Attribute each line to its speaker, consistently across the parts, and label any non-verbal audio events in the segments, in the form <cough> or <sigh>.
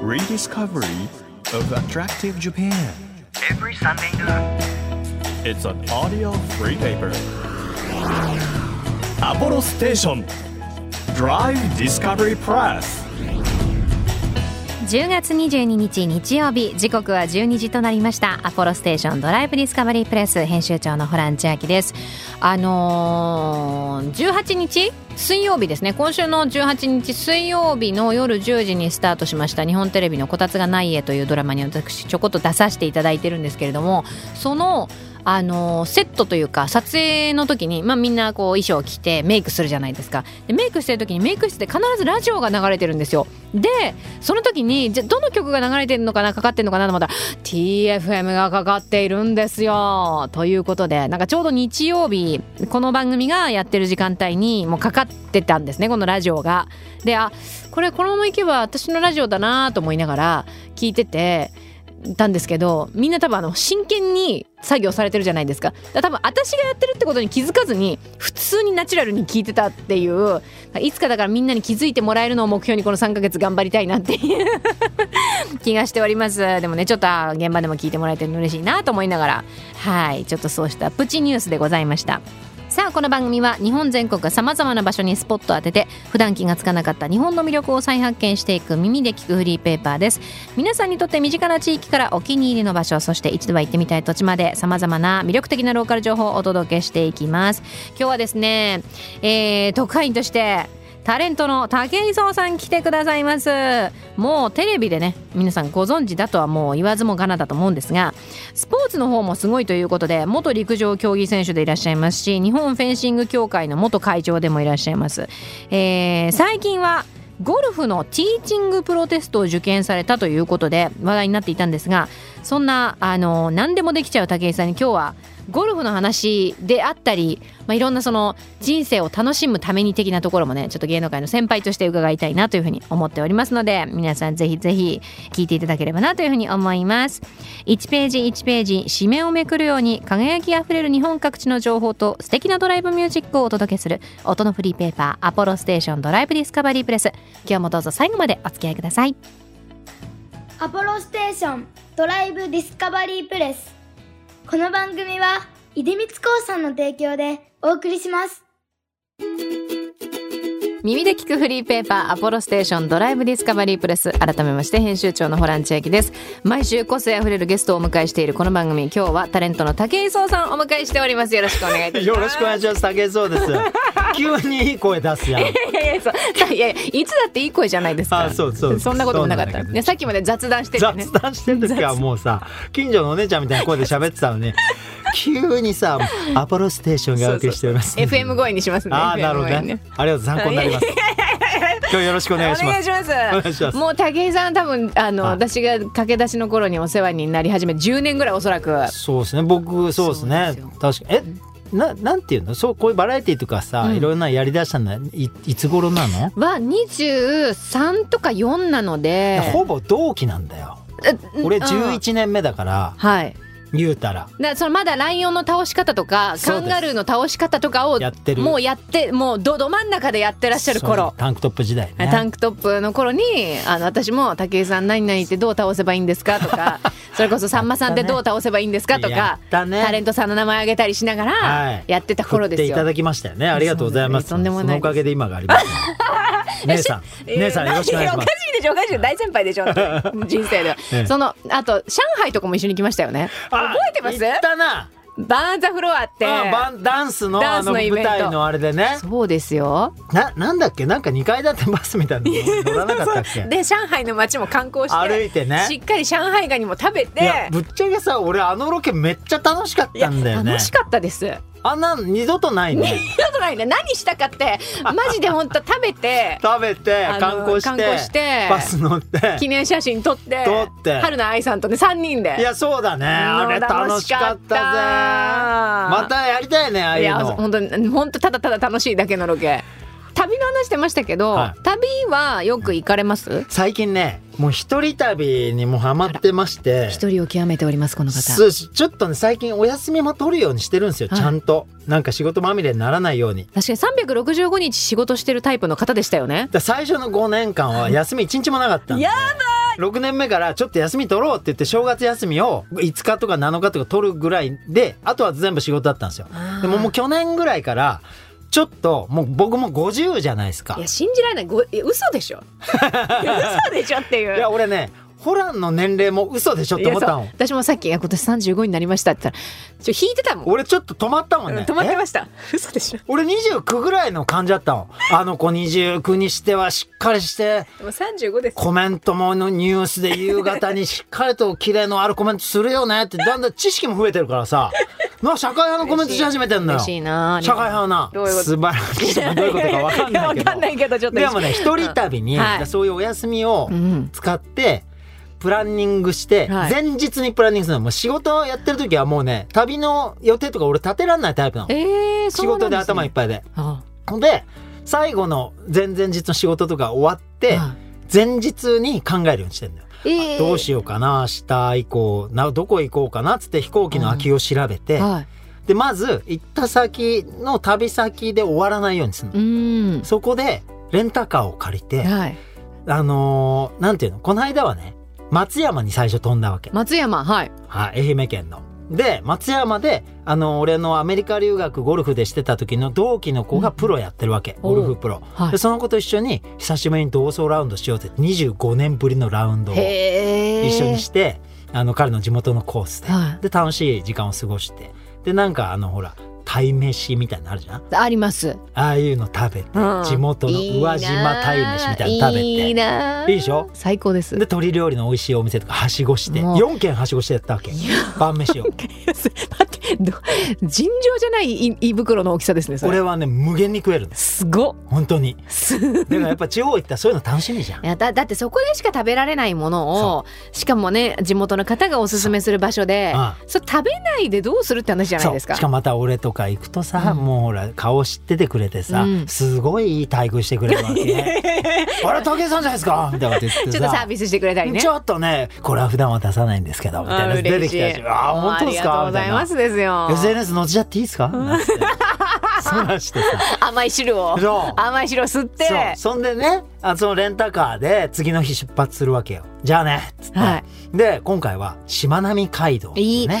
Speaker 1: rediscovery of attractive Japan.
Speaker 2: every Sunday noon.
Speaker 1: It's an audio free paper. Apollo Station Drive Discovery Press
Speaker 3: 10月22日日曜日時刻は12時となりましたアポロステーションドライブディスカバリープレス編集長のホラン千秋ですあのー、18日水曜日ですね今週の18日水曜日の夜10時にスタートしました日本テレビの「こたつがない家」というドラマに私ちょこっと出させていただいてるんですけれどもそのあのセットというか撮影の時に、まあ、みんなこう衣装を着てメイクするじゃないですかでメイクしてる時にメイク室で必ずラジオが流れてるんですよでその時にじゃどの曲が流れてるのかなかかってるのかなと思ったら TFM がかかっているんですよということでなんかちょうど日曜日この番組がやってる時間帯にもうかかってたんですねこのラジオがであこれこのままいけば私のラジオだなと思いながら聞いててたんですけどみんな多分あの真剣に作業されてるじゃないですかだから多分私がやってるってことに気づかずに普通にナチュラルに聞いてたっていういつかだからみんなに気づいてもらえるのを目標にこの3ヶ月頑張りたいなっていう気がしておりますでもねちょっとあー現場でも聞いてもらえてるの嬉しいなと思いながらはいちょっとそうしたプチニュースでございましたさあこの番組は日本全国さまざまな場所にスポットを当てて普段気がつかなかった日本の魅力を再発見していく耳で聞くフリーペーパーです皆さんにとって身近な地域からお気に入りの場所そして一度は行ってみたい土地までさまざまな魅力的なローカル情報をお届けしていきます今日はですね、えー、特派員としてタレントの武井壮さん来てくださいますもうテレビでね皆さんご存知だとはもう言わずもがなだと思うんですがスポーツの方もすごいということで元陸上競技選手でいらっしゃいますし日本フェンシング協会の元会長でもいらっしゃいます、えー最近はゴルフのティーチングプロテストを受験されたということで話題になっていたんですがそんなあの何でもできちゃう武井さんに今日はゴルフの話であったり、まあ、いろんなその人生を楽しむために的なところもねちょっと芸能界の先輩として伺いたいなというふうに思っておりますので皆さんぜひぜひ聞いていただければなというふうに思います1ページ1ページ紙面をめくるように輝きあふれる日本各地の情報と素敵なドライブミュージックをお届けする音のフリーペーパー「アポロステーションドライブディスカバリープレス」今日もどうぞ最後までお付き合いください
Speaker 4: アポロステーションドライブディスカバリープレスこの番組は出光興産の提供でお送りします
Speaker 3: 耳で聞くフリーペーパーアポロステーションドライブディスカバリープレス改めまして編集長のホラン千秋です毎週個性あふれるゲストをお迎えしているこの番組今日はタレントの武井壮さんをお迎えしておりますよろしくお願いいたしま
Speaker 5: <laughs> よ
Speaker 3: す
Speaker 5: ろしくお願いします。竹井壮
Speaker 3: <laughs>
Speaker 5: です。急にいい声出すやん。
Speaker 3: いやいやそういやいやいつだっていい声じゃないですか
Speaker 5: あそうそう
Speaker 3: そんなこともなかっ
Speaker 5: そう
Speaker 3: た
Speaker 5: なんだけど
Speaker 3: ねさっきまで雑談しててね
Speaker 5: 雑談してる時はもうさ、近所のお姉ちゃんみたいな声で喋ってた
Speaker 3: <laughs>
Speaker 5: のに、急にさ、アポロステーションがお送りしております。
Speaker 3: FM 声にしますね
Speaker 5: ああ、なるほど
Speaker 3: FM 声に
Speaker 5: ね。ありがとう参考になります。今日よろしくお
Speaker 3: お願
Speaker 5: 願いしま
Speaker 3: い
Speaker 5: す。
Speaker 3: します
Speaker 5: お願いします
Speaker 3: もう武井さん多分あの、
Speaker 5: はい
Speaker 3: 私が駆け出しの頃にお世話になり始め10年ぐらいおそらく
Speaker 5: そうですね。僕そうですね
Speaker 3: そう。
Speaker 5: 確かにえ、ななんていうの？そうこういうバラエティとかさ、
Speaker 3: うん
Speaker 5: いろんなやりだしたのはいいつ頃なの？
Speaker 3: は23とか4なので
Speaker 5: ほぼ同期なんだよ。俺
Speaker 3: うん
Speaker 5: 11年目だから、
Speaker 3: はい
Speaker 5: 言うたら。
Speaker 3: だそのまだライオンの倒し方とか
Speaker 5: そ
Speaker 3: カ
Speaker 5: うです
Speaker 3: ンガルーの倒し方とかを
Speaker 5: やってる
Speaker 3: もうやってもうどど真ん中でやってらっしゃる
Speaker 5: そ
Speaker 3: 頃
Speaker 5: うタンクトップ時代ね
Speaker 3: タンクトップの頃にあの私も「武井さん何々ってどう倒せばいいんですか?」と
Speaker 5: <laughs>
Speaker 3: かそれこそ「さんまさんってどう倒せばいいんですか?」と
Speaker 5: や
Speaker 3: か
Speaker 5: っ、
Speaker 3: タ
Speaker 5: たね
Speaker 3: レントさんの名前挙げたりしなが
Speaker 5: は
Speaker 3: ら
Speaker 5: い
Speaker 3: やってた頃です
Speaker 5: 振ってい
Speaker 3: よ。
Speaker 5: ただきましたよねありがとうございます
Speaker 3: そうなんですとんでもない
Speaker 5: そのおかげで今がありますね姉さん
Speaker 3: <laughs> えー
Speaker 5: 姉さんよろしくお願いしま
Speaker 3: おかしいでしょおかしいでしょ大先輩でしょ
Speaker 5: <laughs>
Speaker 3: 人生で、
Speaker 5: ええ
Speaker 3: そのあと上海とかも一緒に来ましたよね
Speaker 5: す
Speaker 3: 覚えてます
Speaker 5: あ行ったな
Speaker 3: バーンザフロアって
Speaker 5: あバンダンスの
Speaker 3: ダン
Speaker 5: あ
Speaker 3: ス
Speaker 5: の
Speaker 3: のイ
Speaker 5: 舞
Speaker 3: ベント
Speaker 5: 台のあれでね
Speaker 3: そうですよ
Speaker 5: ななんだっけなんか2階建てバスみた
Speaker 3: <laughs>
Speaker 5: いなの乗らなかったっけ
Speaker 3: で上海の街も観光して
Speaker 5: 歩いてね
Speaker 3: しっかり上海ガニも食べ
Speaker 5: いや
Speaker 3: て
Speaker 5: ぶっちゃけさ俺あのロケめっちゃ楽しかったんだよね
Speaker 3: 楽しかったです
Speaker 5: あんなの二度とないね
Speaker 3: 見たことないね何したかってマジで本当食べ
Speaker 5: <laughs>
Speaker 3: て
Speaker 5: 食べて
Speaker 3: あの
Speaker 5: 観光して
Speaker 3: 観光して
Speaker 5: バス乗って
Speaker 3: 記念写真撮って
Speaker 5: 撮って
Speaker 3: 春菜愛さんとね3人で
Speaker 5: いやそうだねあれ楽しかったぜまたやりたいねああ
Speaker 3: い
Speaker 5: いう
Speaker 3: や
Speaker 5: の
Speaker 3: 本当に本当ただただ楽しいだけのロケ旅の話してましたけど、
Speaker 5: はい
Speaker 3: 旅はよく行かれます
Speaker 5: 最近ねもう一人旅にもハマってまして
Speaker 3: 一人を極めておりますこの方
Speaker 5: そうちょっとね最近お休みも取るようにしてるんですよ、
Speaker 3: はい
Speaker 5: ちゃんとなんか仕事まみれにならないように
Speaker 3: 確かに365日仕事してるタイプの方でしたよね
Speaker 5: だ最初の5年間は休み一日もなかったんで
Speaker 3: や
Speaker 5: 6年目からちょっと休み取ろうって言って正月休みを5日とか7日とか取るぐらいであとは全部仕事だったんですよ
Speaker 6: あー
Speaker 5: でももう去年ぐらいからちょっともう僕も50じゃないですか
Speaker 3: いや信じられないごいや嘘でし
Speaker 5: <laughs>
Speaker 3: ょいや嘘でしょっていう
Speaker 5: いや俺ねホランの年齢も嘘でしょって思った
Speaker 3: い
Speaker 5: も
Speaker 3: や
Speaker 5: ん
Speaker 3: そう私もさっきいや今年35になりましたって言ったらちょ引いてたもん
Speaker 5: 俺ちょっと止まったもん
Speaker 3: うん
Speaker 5: ね
Speaker 3: 止まって
Speaker 5: え
Speaker 3: ました嘘でしょ
Speaker 5: 俺29ぐらいの感じだったもんあの子29にしてはしっかりして
Speaker 3: でも35です
Speaker 5: コメントものニュースで夕方にしっかりとキレのあるコメントするよねってだんだん知識も増えてるからさな社会派のコメントし始めてんのよ
Speaker 3: 嬉しいな
Speaker 5: 社会派な
Speaker 3: どういうこと
Speaker 5: 素晴らしいどういうことか分かんないけ
Speaker 3: <laughs> わかんな
Speaker 5: ど
Speaker 3: いけどちょっと
Speaker 5: でもね一人旅に、
Speaker 3: はい
Speaker 5: そういうお休みを
Speaker 3: ん
Speaker 5: 使ってプランニングして、
Speaker 3: はい
Speaker 5: 前日にプランニングするのもう仕事をやってる時はもうね旅の予定とか俺立てらんないタイプなの、
Speaker 3: えー、
Speaker 5: 仕
Speaker 3: そうな
Speaker 5: 事
Speaker 3: ん
Speaker 5: で
Speaker 3: ね
Speaker 5: す頭いっぱいで。
Speaker 3: あ
Speaker 5: ほんで最後の前々日の仕事とか終わって、
Speaker 3: あ
Speaker 5: 前日に考えるようにしてんだよ。
Speaker 3: えー
Speaker 5: どうしようかな明日以降などこ行こうかなっつって飛行機の空きを調べて、
Speaker 3: はい
Speaker 5: でまず行った先の旅先で終わらないようにするの、
Speaker 3: うん
Speaker 5: そこでレンタカーを借りて、
Speaker 3: はい
Speaker 5: あのーなんていうのこの間はね松山に最初飛んだわけ、
Speaker 3: 松山はい
Speaker 5: はい愛媛県の。で松山であの俺のアメリカ留学ゴルフでしてた時の同期の子がプロやってるわけ、
Speaker 3: おう
Speaker 5: ゴルフプロ、
Speaker 3: はい
Speaker 5: でその子と一緒に久しぶりに同窓ラウンドしようって25年ぶりのラウンドを
Speaker 3: へえ
Speaker 5: 一緒にして、あの彼の地元のコースで、
Speaker 3: は
Speaker 5: で楽しい時間を過ごしてでなんかあのほら鯛めしみたいなのあるじゃん
Speaker 3: あります、
Speaker 5: ああいうの食べて、
Speaker 3: うん
Speaker 5: 地元の宇和島鯛めしみたいなの食べて
Speaker 3: いいなあ
Speaker 5: いいでしょ
Speaker 3: 最高です
Speaker 5: で鶏料理の美味しいお店とかはしごして
Speaker 3: もう
Speaker 5: 4軒はしごしてやったわけ晩
Speaker 3: <laughs>
Speaker 5: 飯を
Speaker 3: <laughs> 待ってど尋常じゃない胃胃袋の大きさですねそれ
Speaker 5: 俺はね無限に食えるんです
Speaker 3: すごっ
Speaker 5: 本当に
Speaker 3: す
Speaker 5: だからやっぱ地方行ったらそういうの楽しみじゃん
Speaker 3: いやだだってそこでしか食べられないものをしかもね地元の方がおすすめする場所で
Speaker 5: ああ
Speaker 3: それ食べないでどうするって話じゃないですか
Speaker 5: しかもまた俺とか行くとさ、もうほら顔知っててくれてさ、
Speaker 3: うん
Speaker 5: すごいいい待遇してくれるわ
Speaker 3: <laughs>
Speaker 5: けねあれ武井さんじゃないですかみたいなこと言ってさ
Speaker 3: ちょっとサービスしてくれたりね
Speaker 5: ちょっとねこれは普段は出さないんですけどみたい
Speaker 3: あ
Speaker 5: な
Speaker 3: あ
Speaker 5: 出
Speaker 3: 嬉
Speaker 5: て
Speaker 3: し
Speaker 5: き
Speaker 3: い
Speaker 5: たしああ本当です
Speaker 3: ありが
Speaker 5: か
Speaker 3: とうございます
Speaker 5: み
Speaker 3: ですよ
Speaker 5: たいな SNS 載っちゃっていいですかなん
Speaker 3: <laughs>
Speaker 5: つってそうなんしてさ
Speaker 3: 甘い汁を
Speaker 5: そう
Speaker 3: 甘い汁を吸って
Speaker 5: そうそんでねあそのレンタカーで次の日出発するわけよじゃあねっつって、
Speaker 3: はい
Speaker 5: で今回はしまなみ海道っていうね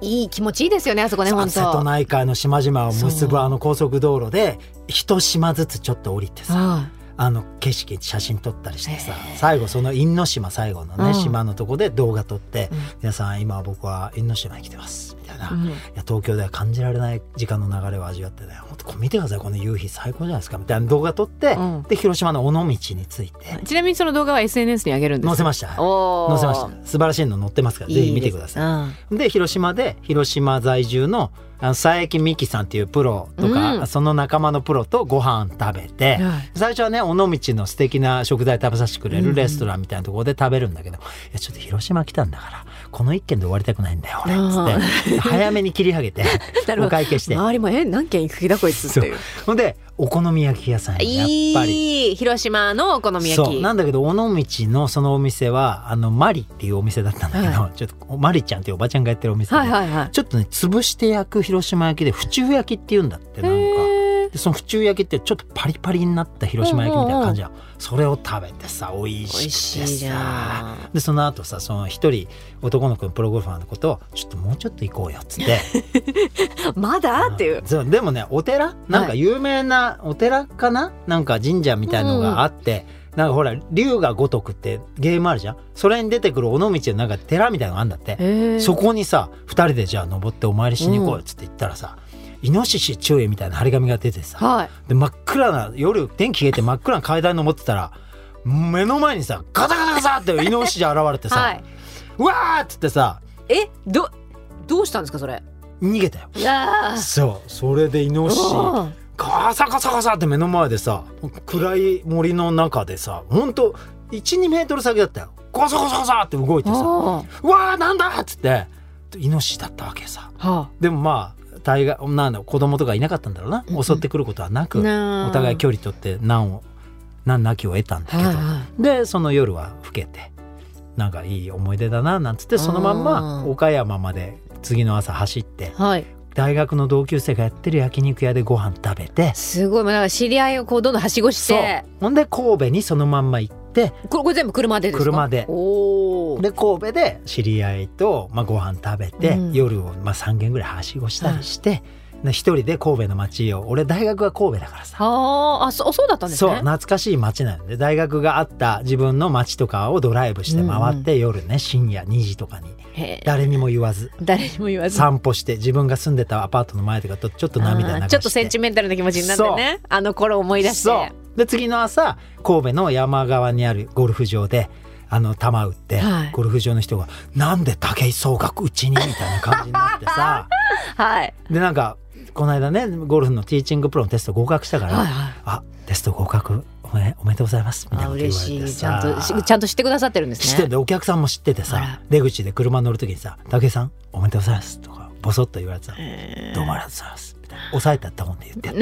Speaker 3: いい気持ちいいですよねあそこね
Speaker 5: そう
Speaker 3: 本
Speaker 5: 瀬戸
Speaker 3: 当
Speaker 5: 内海の島々を結
Speaker 3: そう
Speaker 5: ぶあの高速道路で一島ずつちょっと降りてさ
Speaker 3: あ
Speaker 5: あの景色写真撮ったりしてさ最後その因島最後のね、
Speaker 3: うん
Speaker 5: 島のとこで動画撮って「皆さん今僕は因島に来てます」みたいな、
Speaker 3: ん
Speaker 5: いや東京では感じられない時間の流れを味わってね「本当こう見てくださいこの夕日最高じゃないですか」みたいな動画撮って、
Speaker 3: うん
Speaker 5: で広島の尾道について
Speaker 3: あちなみにその動画は SNS に上げるんです
Speaker 5: 載せ
Speaker 3: ま
Speaker 5: ました載
Speaker 3: おー
Speaker 5: せました素晴らしいの載ってますからぜひ見てください。
Speaker 3: い
Speaker 5: で広島で広島在住のあの佐伯美希さんっていうプロとか、
Speaker 3: うん
Speaker 5: その仲間のプロとご飯食べて、
Speaker 3: はい
Speaker 5: 最初はね尾道の素敵な食材食べさせてくれるレストランみたいなところで食べるんだけど、いやちょっと広島来たんだからこの一軒で終わりたくないんだよ俺っつって早めに切り上げて
Speaker 3: <laughs> なるほど
Speaker 5: お会計して
Speaker 3: 周りもえ何軒行く気だこいつっていう
Speaker 5: ほんでお好み焼き屋さんやっぱり。
Speaker 3: いい広島のお好み焼
Speaker 5: そう
Speaker 3: き
Speaker 5: なんだけど尾道のそのお店はあのマリっていうお店だったんだけど、ちょっとマリちゃんっていうおばちゃんがやってるお店で、
Speaker 3: はいはいはい
Speaker 5: ちょっとね潰して焼く広島焼きで府中焼きって言うんだってなんか
Speaker 3: へー
Speaker 5: でその府中焼きってちょっとパリパリになった広島焼きみたいな感じじゃんそれを食べてさ美味しく
Speaker 3: 美味
Speaker 5: て
Speaker 3: し
Speaker 5: さ
Speaker 3: いじゃん
Speaker 5: でその後さその一人男の子のプロゴルファーのことをちょっともうちょっと行こうよっつって
Speaker 3: まだっていう
Speaker 5: そうでもねお寺なん
Speaker 3: は
Speaker 5: か
Speaker 3: い
Speaker 5: 有名なお寺かな、なんか神社みたいのがあって、なんかほら龍が如くってゲームあるじゃんそれに出てくる尾道のなんか寺みたいのがあるんだって
Speaker 3: へー
Speaker 5: そこにさ2人でじゃあ登ってお参りしに行こうよっつって言ったらさ、イノシシ注意みたいな張り紙が出てさ、
Speaker 3: はい
Speaker 5: で真っ暗な夜電気消えて真っ暗な階段登ってたら目の前にさガタガタガタってイノシシ現れて
Speaker 3: <laughs>
Speaker 5: さ、
Speaker 3: はいう
Speaker 5: わーっつってさ
Speaker 3: えどどうしたんですかそれ
Speaker 5: 逃げたよ。
Speaker 3: いやー
Speaker 5: そうそれでイノシシ
Speaker 3: おー
Speaker 5: ガサガサガサって目の前でさ暗い森の中でさほんと12メートル先だったよガサガサガサって動いてさ「
Speaker 3: おー
Speaker 5: うわーなんだ!」っつってイノシシだったわけさ。
Speaker 3: は
Speaker 5: でもまあ大概女の子供とかいなかったんだろうな、襲ってくることはなく
Speaker 3: なあ
Speaker 5: お互い距離取って難を難なきを得たんだ
Speaker 3: あ
Speaker 5: けど、
Speaker 3: はいはい
Speaker 5: でその夜は更けてなんかいい思い出だななんつってそのまんま
Speaker 3: うん
Speaker 5: 岡山まで次の朝走って
Speaker 3: はい
Speaker 5: 大学の同級生がやってる焼肉屋でご飯食べて
Speaker 3: すごいもうなんか知り合いをこうどんどんはしごし
Speaker 5: そう
Speaker 3: て
Speaker 5: ほんで神戸にそのまんま行って
Speaker 3: これこれ全部車でですか
Speaker 5: 車で
Speaker 3: おお
Speaker 5: で神戸で知り合いと、まあ、ご飯食べて、
Speaker 3: うん
Speaker 5: 夜を、まあ、3軒ぐらいはしごしたりして、で一人で神戸の街を俺大学が神戸だからさ、
Speaker 3: はああそそうだったんです
Speaker 5: そう
Speaker 3: ね
Speaker 5: 懐かしい街なんで大学があった自分の街とかをドライブして回って、夜ね深夜2時とかに
Speaker 3: へえ
Speaker 5: 誰にも言わず
Speaker 3: 誰にも言わず
Speaker 5: 散歩して自分が住んでたアパートの前とかとちょっと
Speaker 3: あ
Speaker 5: 涙流し
Speaker 3: ー
Speaker 5: て
Speaker 3: ちょっとセンチメンタルな気持ちになってねあの頃思い出して
Speaker 5: そうで次の朝神戸の山側にあるゴルフ場であの球打って、
Speaker 3: はい
Speaker 5: ゴルフ場の人が「なんで武井壮がうちに?」みたいな感じになって
Speaker 3: <laughs>
Speaker 5: さ
Speaker 3: はい
Speaker 5: でなんかこの間ねゴルフのティーチングプロのテスト合格したから「
Speaker 3: はいはい
Speaker 5: あテスト合格おめおめでとうございます」みたい
Speaker 3: あ
Speaker 5: なこと言
Speaker 3: 嬉
Speaker 5: われ
Speaker 3: していちゃ
Speaker 5: さ
Speaker 3: んとしちゃんとしてくださってるんですね
Speaker 5: 知ってんでお客さんも知ってて
Speaker 3: あ
Speaker 5: さ
Speaker 3: ら
Speaker 5: 出口で車乗る時にさ「武井さんおめでとうございます」とかボソッと言われてさ「どうもありがとうございます」みたいな抑えたったもんで言ってやっ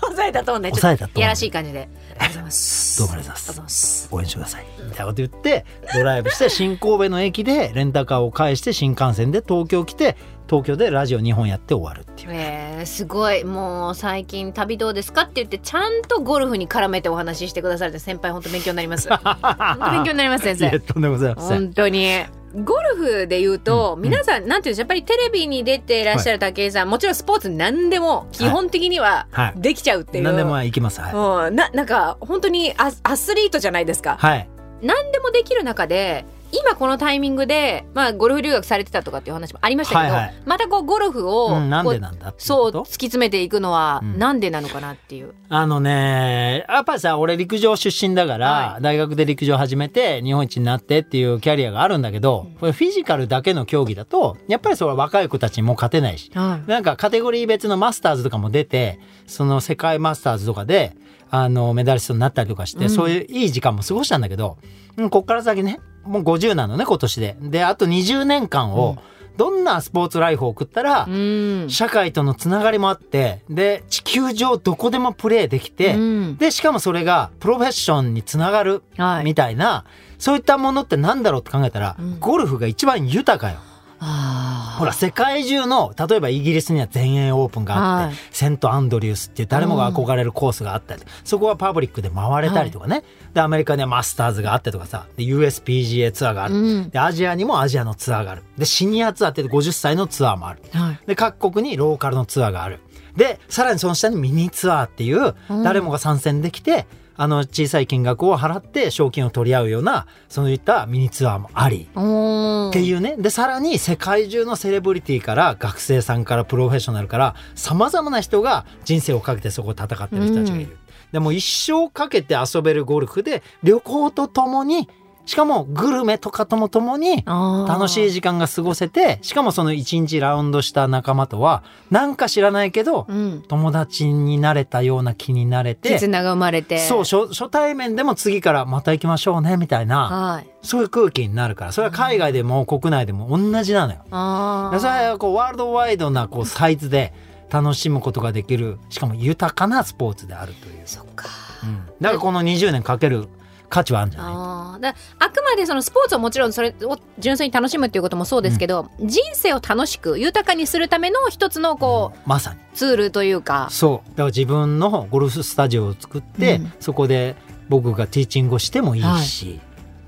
Speaker 5: た
Speaker 3: 抑えたとね
Speaker 5: 抑えたトーンで
Speaker 3: やらしい感じでありがとうございます
Speaker 5: どうもありがとうござ
Speaker 3: ありがと
Speaker 5: います
Speaker 3: うございます
Speaker 5: 応援してくださいみたいなこと言ってドライブして新神戸の駅でレンタカーを返して新幹線で東京来て東京でラジオ2本やって終わるっていう
Speaker 3: えー、すごいもう最近旅どうですかって言ってちゃんとゴルフに絡めてお話ししてくださるって先輩本当勉強になり
Speaker 5: <laughs>
Speaker 3: ます本当勉強になります先
Speaker 5: いや
Speaker 3: 生
Speaker 5: とんでもございません
Speaker 3: 本当にゴルフで言うと、皆さんなんていうんでしょうやっぱりテレビに出ていらっしゃる武井さん、もちろんスポーツ何でも基本的には
Speaker 5: はい
Speaker 3: できちゃうっていう、
Speaker 5: 何でも行きますはい、
Speaker 3: うんななんか本当にアアスリートじゃないですか、
Speaker 5: はい、
Speaker 3: 何でもできる中で今このタイミングで、まあ、ゴルフ留学されてたとかっていう話もありましたけど、
Speaker 5: はいはい
Speaker 3: またこうゴルフを、
Speaker 5: うん、なん
Speaker 3: こう
Speaker 5: でなんだっていう
Speaker 3: そ
Speaker 5: こ
Speaker 3: う突
Speaker 5: と
Speaker 3: き詰めていくのは
Speaker 5: うん
Speaker 3: なんでなのかなっていう、
Speaker 5: あのねやっぱりさ俺陸上出身だから、
Speaker 3: は
Speaker 5: 大学で陸上始めて日本一になってっていうキャリアがあるんだけど、これフィジカルだけの競技だとやっぱりそれは若い子たちにも勝てないし、なんかカテゴリー別のマスターズとかも出てその世界マスターズとかであのメダリストになったりとかして、そういういい時間も過ごしたんだけど、うん、こっから先ねもう50なのね今年でであと20年間をどんなスポーツライフを送ったら、
Speaker 3: うん
Speaker 5: 社会とのつながりもあってで地球上どこでもプレーできて、
Speaker 3: うん
Speaker 5: でしかもそれがプロフェッションにつながる
Speaker 3: はい
Speaker 5: みたいな、そういったものってなんだろうって考えたら、ゴルフが一番豊かよ。
Speaker 3: あ
Speaker 5: ほら世界中の例えばイギリスには全英オープンがあって、
Speaker 3: はい
Speaker 5: セントアンドリュースっていう誰もが憧れるコースがあったり、そこはパブリックで回れたりとかね、でアメリカにはマスターズがあってとかさで USPGA ツアーがある、
Speaker 3: うん
Speaker 5: でアジアにもアジアのツアーがあるでシニアツアーって言って50歳のツアーもある、
Speaker 3: はい
Speaker 5: で各国にローカルのツアーがあるでさらにその下にミニツアーっていう誰もが参戦できて、あの小さい金額を払って賞金を取り合うようなそういったミニツアーもあり、
Speaker 3: あお
Speaker 5: っ
Speaker 3: ー
Speaker 5: ていうねでさらに世界中のセレブリティから学生さんからプロフェッショナルからさまざまな人が人生をかけてそこを戦ってる人たちがいる、でもう一生かけて遊べるゴルフで旅行とともにしかもグルメとかともともに
Speaker 3: あー
Speaker 5: 楽しい時間が過ごせてしかもその一日ラウンドした仲間とはなんか知らないけど、
Speaker 3: うん
Speaker 5: 友達になれたような気になれて
Speaker 3: 絆が生まれて
Speaker 5: そう初初対面でも次からまた行きましょうねみたいな。
Speaker 3: はい
Speaker 5: そういう空気になるからそれは海外でも国内でも同じなのよ。
Speaker 3: あー
Speaker 5: それはこうワールドワイドなこうサイズで楽しむことができるしかも豊かなスポーツであるという、
Speaker 3: そっか
Speaker 5: うん、だからこの20年かける価値はあるんじゃない
Speaker 3: あーだあくまでそのスポーツをもちろんそれを純粋に楽しむっていうこともそうですけど、人生を楽しく豊かにするための一つのこう、
Speaker 5: まさに
Speaker 3: ツールというか
Speaker 5: そうだから自分のゴルフスタジオを作って、
Speaker 3: うん
Speaker 5: そこで僕がティーチングをしてもいいし、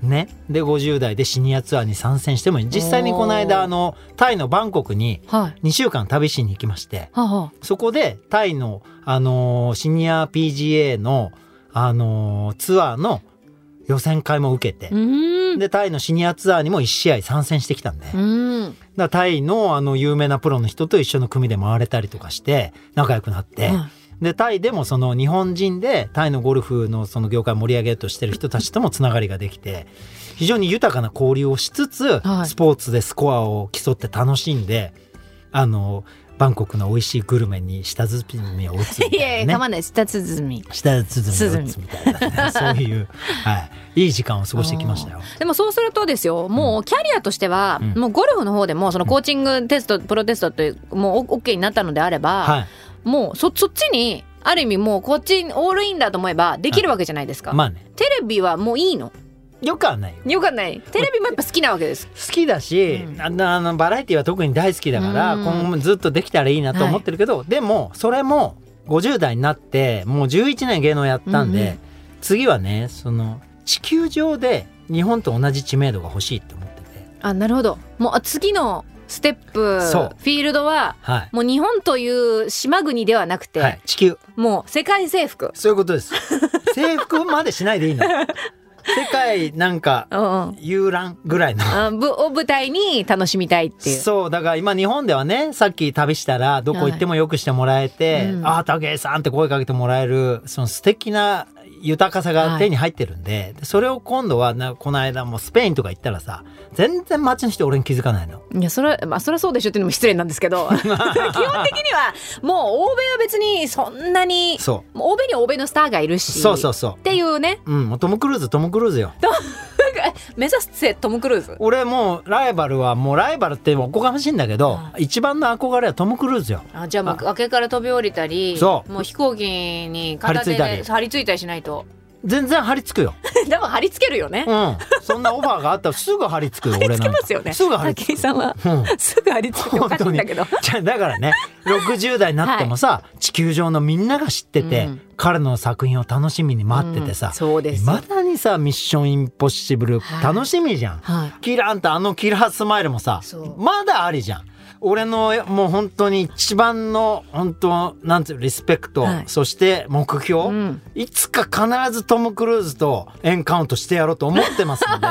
Speaker 5: ねで50代でシニアツアーに参戦してもいい実際にこの間
Speaker 3: おー
Speaker 5: あのタイのバンコクに
Speaker 3: はい
Speaker 5: 2週間旅しに行きまして
Speaker 3: はあは
Speaker 5: そこでタイの、あのーシニア PGA の、あのーツアーの予選会も受けて
Speaker 3: あ、う、ーん
Speaker 5: でタイのシニアツアーにも1試合参戦してきたんで、
Speaker 3: う
Speaker 5: だか
Speaker 3: ーん
Speaker 5: らタイのあの有名なプロの人と一緒の組で回れたりとかして仲良くなって、
Speaker 3: は
Speaker 5: でタイでもその日本人でタイのゴルフのその業界を盛り上げようとしてる人たちともつながりができて非常に豊かな交流をしつつ、
Speaker 3: はい
Speaker 5: スポーツでスコアを競って楽しんであのバンコクの美味しいグルメに舌包みを打つみ
Speaker 3: い
Speaker 5: た
Speaker 3: や
Speaker 5: い
Speaker 3: いや
Speaker 5: な
Speaker 3: 構
Speaker 5: ね。
Speaker 3: わない舌包み
Speaker 5: 舌包みを打つみたいな、
Speaker 3: <laughs>
Speaker 5: ね、そういう、はい、いい時間を過ごしてきましたよ。
Speaker 3: でもそうするとですよもうキャリアとしては、
Speaker 5: うん
Speaker 3: もうゴルフの方でもそのコーチングテスト、プロテストというもう OK になったのであれば、
Speaker 5: は
Speaker 3: もうそそっちにある意味もうこっちオールインだと思えばできるわけじゃないですか、
Speaker 5: い、まあね
Speaker 3: テレビはもういいの
Speaker 5: よくはないよ
Speaker 3: よかんないテレビもやっぱ好きなわけです
Speaker 5: 好きだし、
Speaker 3: うん
Speaker 5: あのあのバラエティは特に大好きだから、
Speaker 3: うん
Speaker 5: 今後もずっとできたらいいなと思ってるけど、でもそれも50代になってもう11年芸能やったんで、
Speaker 3: うんう
Speaker 5: 次はねその地球上で日本と同じ知名度が欲しいって思ってて、
Speaker 7: あなるほどもうあ次のステップ
Speaker 5: そう
Speaker 7: フィールドは
Speaker 5: はい
Speaker 7: もう日本という島国ではなくて、
Speaker 5: はい、地球
Speaker 7: もう世界征服
Speaker 5: そういうことです <laughs> 制服までしないでいいの世界なん <laughs> か
Speaker 7: うんうん
Speaker 5: 遊覧ぐらいの
Speaker 7: あぶを舞台に楽しみたいっていう
Speaker 5: そうだから今日本ではねさっき旅したらどこ行ってもよくしてもらえて「
Speaker 7: はいうん
Speaker 5: ああ武井さん」って声かけてもらえるその素敵な豊かさが手に入ってるんで、でそれを今度はなこの間もスペインとか行ったらさ全然街の人俺に気づかないの。
Speaker 7: いやそれはまあそれはそうでしょっていうのも失礼なんです
Speaker 5: <laughs>
Speaker 7: けど基本的にはもう欧米は別にそんなに
Speaker 5: そ
Speaker 7: もう欧米には欧米のスターがいる
Speaker 5: う
Speaker 7: し
Speaker 5: そうそうそ
Speaker 7: っていうね
Speaker 5: う。うん、もうトム・クルーズトム・クルーズよ
Speaker 7: なんか目指せトム・クルーズ
Speaker 5: 俺もうライバルはもうライバルっておこがましいんだけど、一番の憧れはトム・クルーズよ
Speaker 7: あじゃあもう崖から飛び降りたり
Speaker 5: そう
Speaker 7: もう飛行機に片手で
Speaker 5: 張り付いたり
Speaker 7: 張り付いたりしないと <laughs>
Speaker 5: 全然張り付くよ、
Speaker 7: でも張り付けるよね
Speaker 5: うん、そんなオファーがあったらすぐ張り付くよ俺なん
Speaker 7: つけ
Speaker 5: か
Speaker 7: ますよね
Speaker 5: すぐ張り付
Speaker 7: 武
Speaker 5: く
Speaker 7: 井さんは、
Speaker 5: う
Speaker 7: <laughs> すぐ張り付けておかしいんだけど
Speaker 5: 本当にじゃあだか
Speaker 7: <laughs>
Speaker 5: らね60代になってもさ、地球上のみんなが知ってて、
Speaker 7: うん
Speaker 5: 彼の作品を楽しみに待っててさ、
Speaker 7: うんそうで
Speaker 5: い
Speaker 7: す
Speaker 5: まだにさ「ミッションインポッシブル」
Speaker 7: はい
Speaker 5: 楽しみじゃん、
Speaker 7: はい
Speaker 5: キラーンとあのキラースマイルもさ
Speaker 7: そう
Speaker 5: まだありじゃん俺のもう本当に一番の本当なんていうのリスペクト、
Speaker 7: はい
Speaker 5: そして目標、
Speaker 7: ん
Speaker 5: いつか必ずトム・クルーズとエンカウントしてやろうと思ってます
Speaker 7: <laughs>
Speaker 5: ので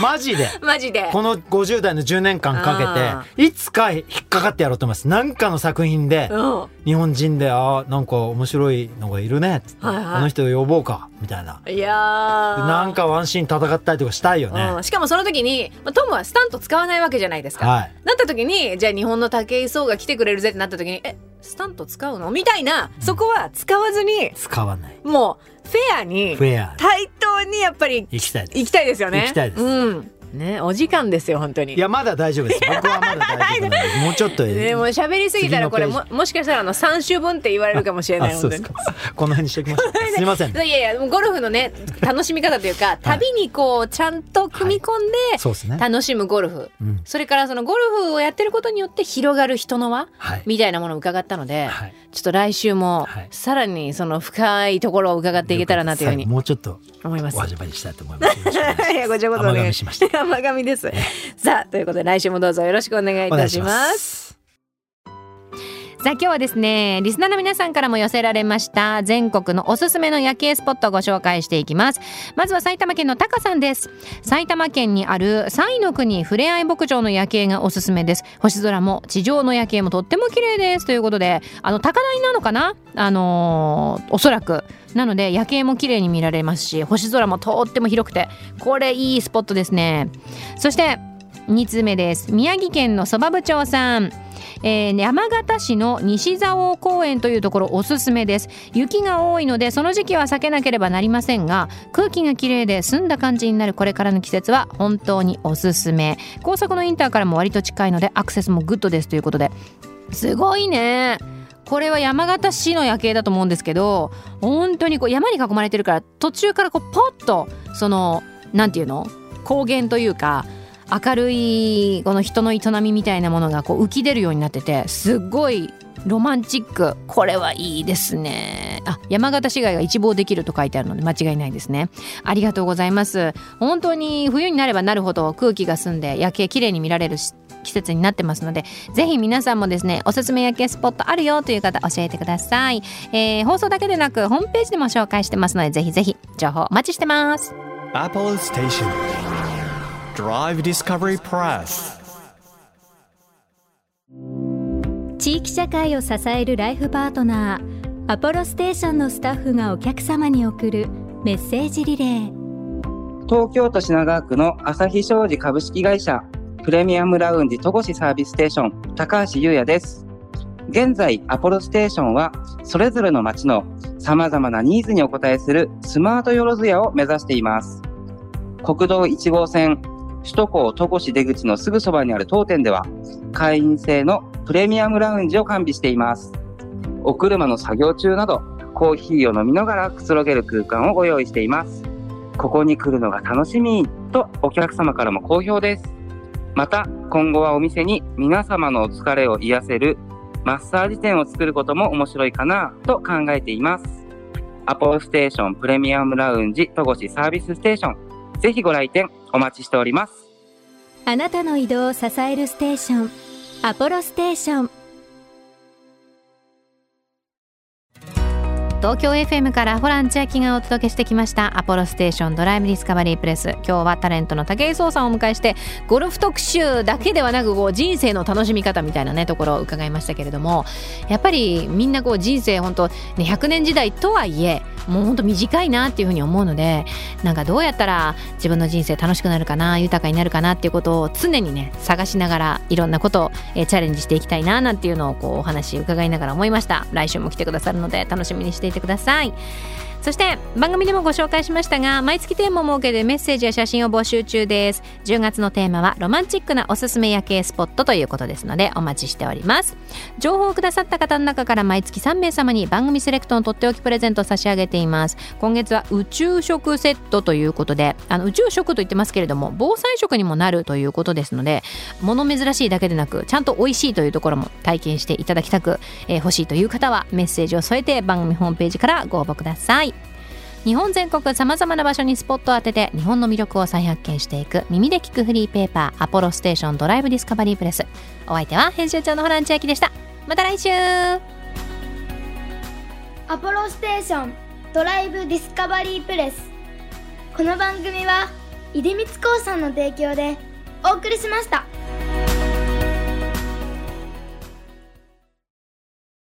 Speaker 5: マジで
Speaker 7: マジで
Speaker 5: この50代の10年間かけていつか引っかかってやろうと思います何かの作品で
Speaker 7: うんは
Speaker 5: 日本人であーなんか面白いのがいるねっつって、
Speaker 7: はいはい
Speaker 5: あの人呼ぼうかみたいない
Speaker 7: やー
Speaker 5: なんかワンシーン戦ったりとかしたいよね、
Speaker 7: うん、しかもその時に、まあ、トムはスタント使わないわけじゃないですか、
Speaker 5: はい
Speaker 7: なった時にじゃあ日本の武井壮が来てくれるぜってなった時にえスタント使うのみたいなそこは使わずに
Speaker 5: 使わない
Speaker 7: もうフェアに
Speaker 5: フェアに
Speaker 7: 対等にやっぱり
Speaker 5: 行きたいです
Speaker 7: 行きたいですよね
Speaker 5: 行きたいです
Speaker 7: うんねお時間ですよ本当に
Speaker 5: いやまだ大丈夫です僕はまだ大丈夫なんでもうちょっ
Speaker 7: <laughs>
Speaker 5: と
Speaker 7: ねもう喋りすぎたらこれ
Speaker 5: 次の
Speaker 7: ももしかしたらあの3週分って言われるかもしれな
Speaker 5: あ
Speaker 7: い
Speaker 5: そ
Speaker 7: 本当
Speaker 5: うです
Speaker 7: に
Speaker 5: かこの辺にしておきましょうかすいません
Speaker 7: いやいやもうゴルフのね楽しみ方というか旅にこうちゃんと組み込んで、
Speaker 5: そうですね
Speaker 7: 楽しむゴルフ、
Speaker 5: ん
Speaker 7: それからそのゴルフをやってることによって広がる人の輪、
Speaker 5: はい
Speaker 7: みたいなものを伺ったので、
Speaker 5: はい
Speaker 7: ちょっと来週も
Speaker 5: はい
Speaker 7: さらにその深いところを伺っていけたらなというふうに
Speaker 5: 最後もうちょっと
Speaker 7: 思います
Speaker 5: お始まりしたいと思いますよろしくお願いし
Speaker 7: <laughs>
Speaker 5: ます
Speaker 7: いや、ごちゃごち <laughs> ゃお願い
Speaker 5: 甘噛みしまし
Speaker 7: 甘噛みです。さあ、ということで、来週もどうぞよろしくお願いいたします。
Speaker 5: す
Speaker 3: さあ今日はですねリスナーの皆さんからも寄せられました全国のおすすめの夜景スポットをご紹介していきますまずは埼玉県のタカさんです埼玉県にある西の国ふれあい牧場の夜景がおすすめです星空も地上の夜景もとっても綺麗ですということであの高台なのかなあのーおそらくなので夜景も綺麗に見られますし星空もとっても広くてこれいいスポットですねそして2つ目です宮城県のそば部長さんえー山形市の西蔵王公園というところおすすめです雪が多いのでその時期は避けなければなりませんが空気がきれいで澄んだ感じになるこれからの季節は本当におすすめ高速のインターからも割と近いのでアクセスもグッドですということですごいねこれは山形市の夜景だと思うんですけど本当にこう山に囲まれてるから途中からこうポッとそのなんていうの高原というか明るいこの人の営みみたいなものがこう浮き出るようになっててすっごいロマンチックこれはいいですねあ山形市街が一望できると書いてあるので間違いないですねありがとうございます本当に冬になればなるほど空気が澄んで夜景綺麗に見られるし季節になってますのでぜひ皆さんもですねおすすめ夜景スポットあるよという方教えてください、えー放送だけでなくホームページでも紹介してますのでぜひぜひ情報お待ちしてます
Speaker 1: Apollo Station. Drive Discovery Press.
Speaker 8: 地域社会を支えるライフパートナーアポロステーションのスタッフがお客様に送るメッセージリレー
Speaker 9: 東京都品川区の朝日商事株式会社プレミアムラウンジ戸越サービスステーション高橋優也です現在アポロステーションはそれぞれの街のさまざまなニーズにお応えするスマートよろずやを目指しています国道1号線首都高戸越出口のすぐそばにある当店では会員制のプレミアムラウンジを完備していますお車の作業中などコーヒーを飲みながらくつろげる空間をご用意していますここに来るのが楽しみとお客様からも好評です。また今後はお店に皆様のお疲れを癒せるマッサージ店を作ることも面白いかなと考えています。アポロステーションプレミアムラウンジ戸越サービスステーションぜひご来店お待ちしております
Speaker 8: あなたの移動を支えるステーションアポロステーション
Speaker 3: 東京 FM からホラン千秋がお届けしてきました「アポロステーションドライブ・ディスカバリー・プレス」今日はタレントの武井壮さんをお迎えしてゴルフ特集だけではなくこう人生の楽しみ方みたいなねところを伺いましたけれどもやっぱりみんなこう人生本当、ね、100年時代とはいえもう本当短いなっていうふうに思うのでなんかどうやったら自分の人生楽しくなるかな豊かになるかなっていうことを常にね探しながらいろんなことを、えーチャレンジしていきたいななんていうのをこうお話伺いながら思いました来週も来てくださるので楽しみにしていてくださいそして番組でもご紹介しましたが毎月テーマを設けてメッセージや写真を募集中です10月のテーマはロマンチックなおすすめ夜景スポットということですのでお待ちしております情報をくださった方の中から毎月3名様に番組セレクトのとっておきプレゼントを差し上げています今月は宇宙食セットということであの宇宙食と言ってますけれども防災食にもなるということですので物珍しいだけでなくちゃんと美味しいというところも体験していただきたく、えー欲しいという方はメッセージを添えて番組ホームページからご応募ください日本全国さまざまな場所にスポットを当てて日本の魅力を再発見していく耳で聞くフリーペーパー「アポロステーションドライブ・ディスカバリー・プレス」お相手は編集長のホラン千秋でしたまた来週
Speaker 4: アポロステーションドライブディスカバリープレスこの番組は出光興産の提供でお送りしました。